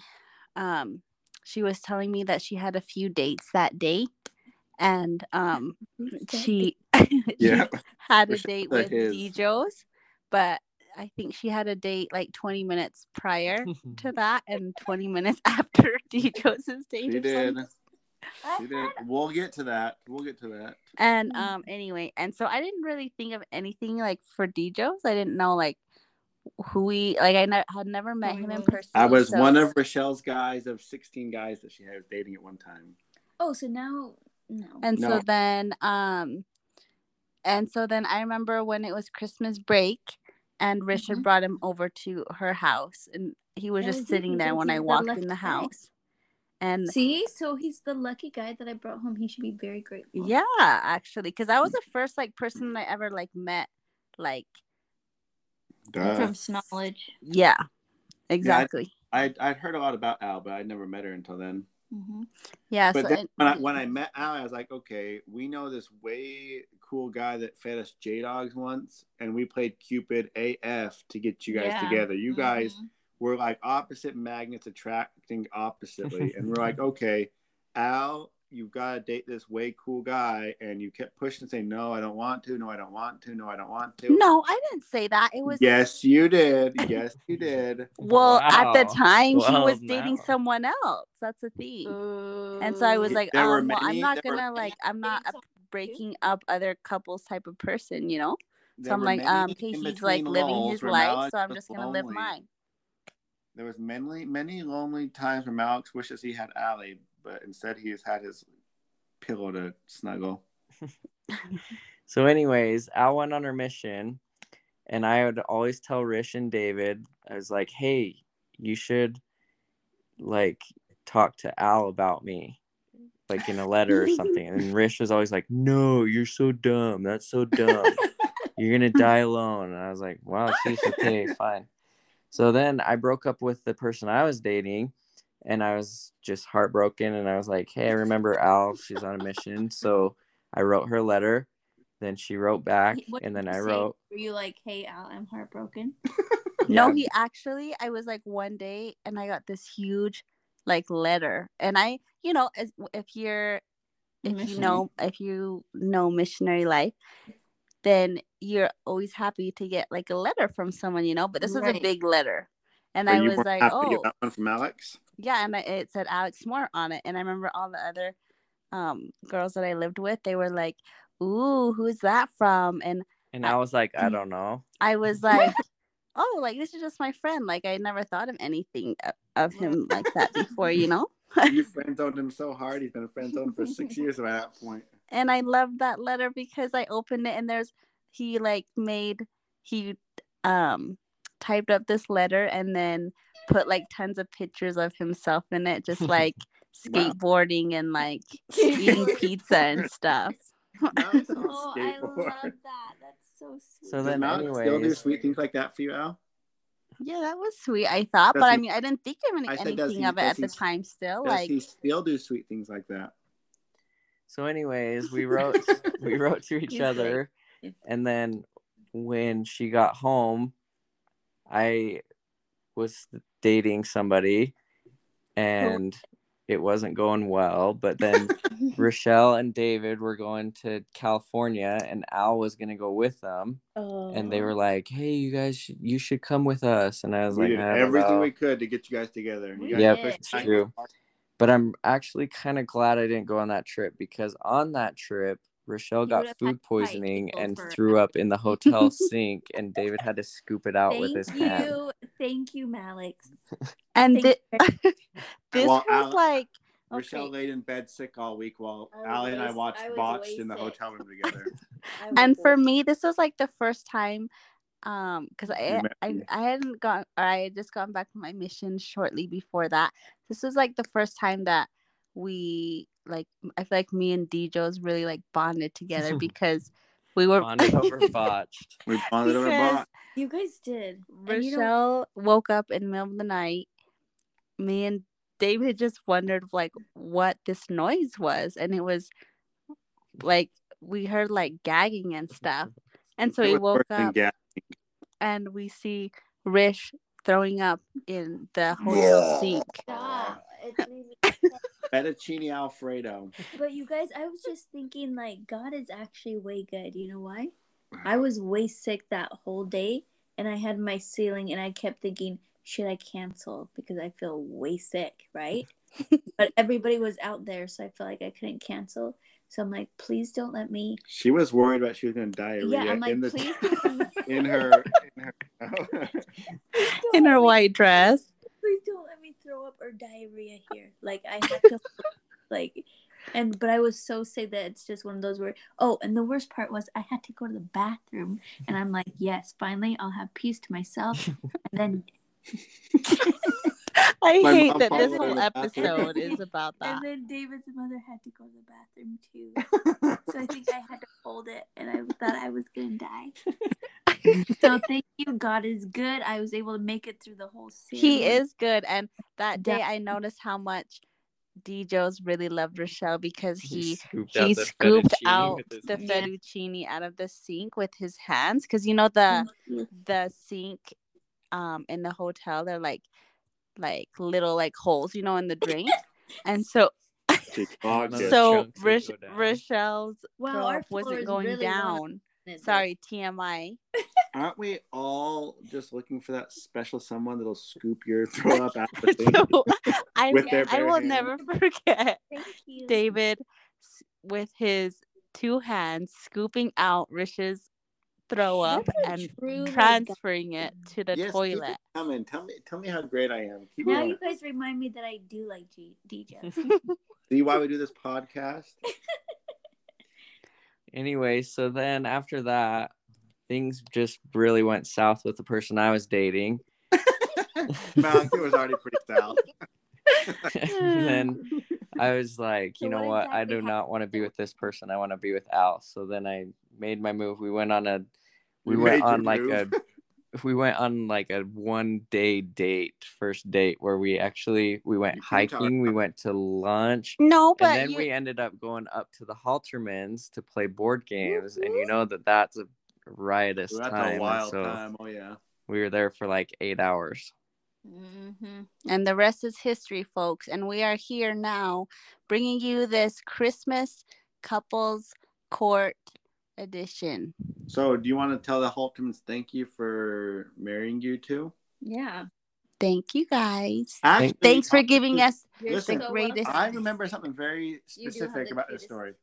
um she was telling me that she had a few dates that day and um friends? she Yeah. had a Which is date like with his- DJs, but I think she had a date like 20 minutes prior to that and 20 minutes after DJs' date. She or something. did. She did. We'll get to that. We'll get to that. And Mm. um anyway, and so I didn't really think of anything like for DJs. I didn't know like who we like I ne- had never met him in Mhm. person. I was so- one of Rochelle's guys of 16 guys that she was dating at one time. Oh, so now no. And No. so then, um, and so then I remember when it was Christmas break, and Richard Mhm. brought him over to her house, and he was That just was it, sitting you there guys when I got walked lucky in the guy. house, and See, so he's the lucky guy that I brought home. He should be very grateful. yeah, actually, because I was the first like person I ever like met, like From knowledge. yeah, exactly, I I'd heard a lot about Al, but I'd never met her until then. Mm-hmm. yeah. but so then it- when, I, when I met Al, I was like, okay, we know this way cool guy that fed us J Dogs once, and we played Cupid AF to get you guys Yeah. together. You Mm-hmm. guys were like opposite magnets attracting oppositely, and we're like, okay, Al, you've got to date this way cool guy, and you kept pushing, saying, no, I don't want to, no, I don't want to, no, I don't want to. no, I didn't say that. It was Yes, you did. Yes, you did. well at the Wow. time she Well, was dating now. someone else. That's the thing. Mm-hmm. And so I was like, There were um, well, I'm many- not there were gonna like, I'm not a Dating Mm-hmm. breaking up other couples type of person, you know. There So I'm were like, many um, okay, he's like in-between living lulls his where life, Malik so I'm was just gonna live lonely. mine. There was many, many lonely times where Alex wishes he had Allie, but instead he has had his pillow to snuggle. So, anyways, Al went on her mission, and I would always tell Rish and David, I was like, "Hey, you should like talk to Al about me, like in a letter or something." And Rish was always like, "No, you're so dumb. That's so dumb. You're gonna die alone." And I was like, "Wow, she's okay, fine." So then I broke up with the person I was dating, and I was just heartbroken. And I was like, "Hey, I remember Al. She's on a mission." So I wrote her a letter. Then she wrote back, What and did then you I say? wrote. Were you like, hey, Al, I'm heartbroken? Yeah. No, he actually, I was like one day and I got this huge like letter. And I, you know, as if you're if you Missionary. know if you know missionary life, then you're always happy to get like a letter from someone, you know, but this was a Right. big letter. And Were I you was more like, happy to "Oh, get that one from Alex? yeah and I- it said alex moore on it and i remember all the other um girls that i lived with they were like ooh who's that from and And I was like, I Mm. don't know. i was like oh like this is just my friend like i never thought of anything of, of him like that before you know You friend zoned him so hard. He's been friend zoned for six years by that point. and i loved that letter because i opened it and there's he like made he um typed up this letter and then put like tons of pictures of himself in it just like Wow. skateboarding and like eating pizza and stuff Now it's on Oh, I love skateboard. that. That's so sweet. So Does then- Alex still do anyways- sweet things like that for you, Al? Yeah, that was sweet. I thought, Does but I he- mean, I didn't think of any, I said, anything does he- of it does at the he- time. Still, Does like, he still do sweet things like that? So, anyways, we wrote we wrote to each He's like- other, and then when she got home, I was dating somebody, and it wasn't going well. But then Rochelle and David were going to California, and Al was gonna go with them, and Oh. they were like, "Hey, you guys, sh- you should come with us." And I was we like, did I don't everything know. we could to get you guys together. You We guys Yeah, did. it's I- true. But I'm actually kind of glad I didn't go on that trip because on that trip, Rochelle You got would've had food to fight poisoning people and for threw up in the hotel sink, and David had to scoop it out with Thank his you. hand. Thank you, Malix. and Thank thi- this Well, was Alex- like, Rochelle okay. laid in bed sick all week while I was Allie and I waste- watched I was Botched in the wasted. hotel room together. and for me, this was like the first time, um, because I, met I me. I hadn't gone, or I had just gotten back from my mission shortly before that. This was like the first time that we like, I feel like me and DJs really like bonded together because we were Bonded over botched. we bonded over Because- Botched. you guys did. And you know- Rochelle woke up in the middle of the night. Me and David just wondered like what this noise was, and it was like we heard like gagging and stuff. And so It we was woke worse than up gas. and we see Rish throwing up in the hotel sink. Stop. It made me Fettuccine Alfredo. But you guys, I was just thinking like God is actually way good. You know why? I was way sick that whole day and I had my ceiling and I kept thinking, should I cancel? Because I feel way sick, right? but everybody was out there, so I felt like I couldn't cancel. So I'm like, please don't let me. She was worried about she was gonna diarrhea Yeah, I'm like, in the please don't let me. in her in her don't In her let me- white dress. please don't let me throw up or diarrhea here. Like I have to like and but I was so sick that it's just one of those where oh, and the worst part was I had to go to the bathroom and I'm like, yes, finally I'll have peace to myself. And then I My hate mom that this followed whole her back. episode is about that. and then David's mother had to go to the bathroom too. So I think I had to hold it and I thought I was gonna die. so thank you, God is good. I was able to make it through the whole series. He is good. And that Da- day I noticed how much DJs really loved Rochelle because he scooped he scooped fettuccine out with his the hand. Yeah. fettuccine out of the sink with his hands because you know the Mm-hmm. the sink um in the hotel they're like like little like holes you know in the drain and so she clogged it. so So- chunks that Roch- go down. Rochelle's Wow, throw our up wasn't followers going really want down it, though. sorry TMI Aren't we all just looking for that special someone that'll scoop your throw up out of the thing? so I With their I bare will hands. never forget Thank you. David s- with his two hands scooping out Rish's throw up That's a and true, like, transferring it thing. to the Yes, keep it toilet. coming. Tell me, tell me how great I am. Keep Now going. you guys remind me that I do like G- DJ. See why we do this podcast? anyway, so then after that, things just really went south with the person I was dating. Malik, it was already pretty south. and then I was like, So you know what what? I exactly do not want to be with this person. I want to be with Al. So then I made my move. We went on a we You made went your on like a move. we went on like a one day date, first date where we actually we went You can talk hiking, we went to lunch, No, and but then you, we ended up going up to the Haltermans to play board games, and you know that that's a riotous That's time. a and wild so time. Oh yeah. we were there for like eight hours. Mm-hmm. Mhm. and the rest is history, folks. And we are here now, bringing you this Christmas couples court edition. So, do you want to tell the Haltmans thank you for marrying you two? Yeah. Thank you guys. Actually, Thanks for I- giving us You're Listen, the greatest- welcome. I remember something very You do have specific the about this cutest- story.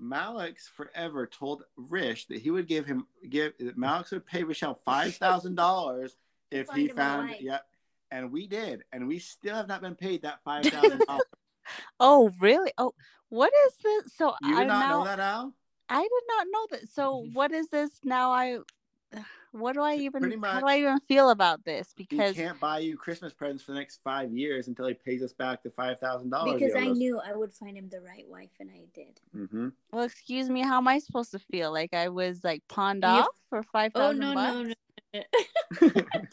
Malix forever told Rish that he would give him give that Malix would pay Rochelle five thousand dollars if Find he him a found wife. yep. And we did, and we still have not been paid that five thousand dollars. Oh, really? Oh, what is this? So You I did not now know that, Al? I did not know that. So what is this now? I what do I even pretty how do much- I even feel about this? He Because can't buy you Christmas presents for the next five years until he pays us back the five thousand dollars. Because I knew I would find him the right wife, and I did. Mm-hmm. well, excuse me, how am I supposed to feel? Like I was like pawned You- off for five Oh thousand no no bucks? no! no.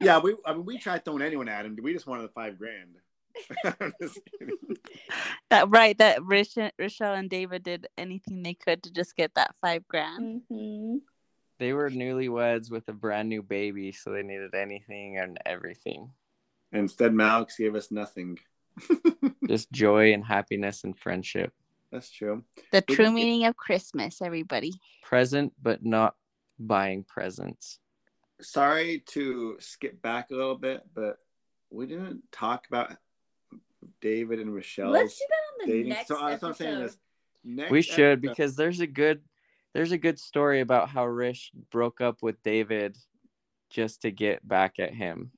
Yeah, we I mean we tried throwing anyone at him. We just wanted the five grand. I'm just kidding. That right? That Rich, Rochelle and David did anything they could to just get that five grand. Mm-hmm. Mhm. They were newlyweds with a brand new baby, so they needed anything and everything. Instead, Malix gave us nothing. Just joy and happiness and friendship. That's true. The you true get- meaning of Christmas, everybody. Present but not buying presents. Sorry to skip back a little bit, but we didn't talk about David and Rochelle Let's do that on the dating. next so that's episode. what I'm saying is next we should episode- because there's a good there's a good story about how Rish broke up with David just to get back at him.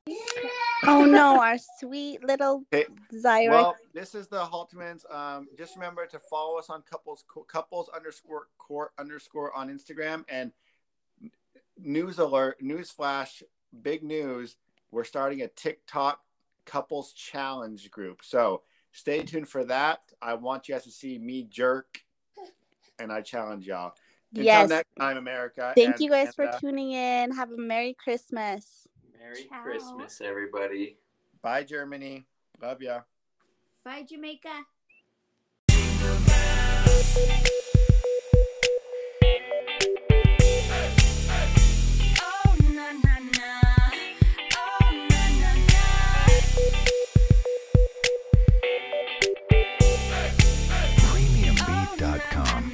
Oh no, our sweet little Hey, Zyra. Well, this is the Haltmans. Um, just remember to follow us on couples couples underscore court underscore on Instagram and news alert, news flash, big news. We're starting a TikTok couples challenge group. So stay tuned for that. I want you guys to see me jerk, and I challenge y'all. Until yes. next time, America. Thank and you guys for Canada. tuning in. Have a merry Christmas. Merry Ciao. Christmas Christmas, everybody. Bye, Germany. Love ya. Bye, Jamaica. Oh na na na, oh na na na. premiumbeat.com.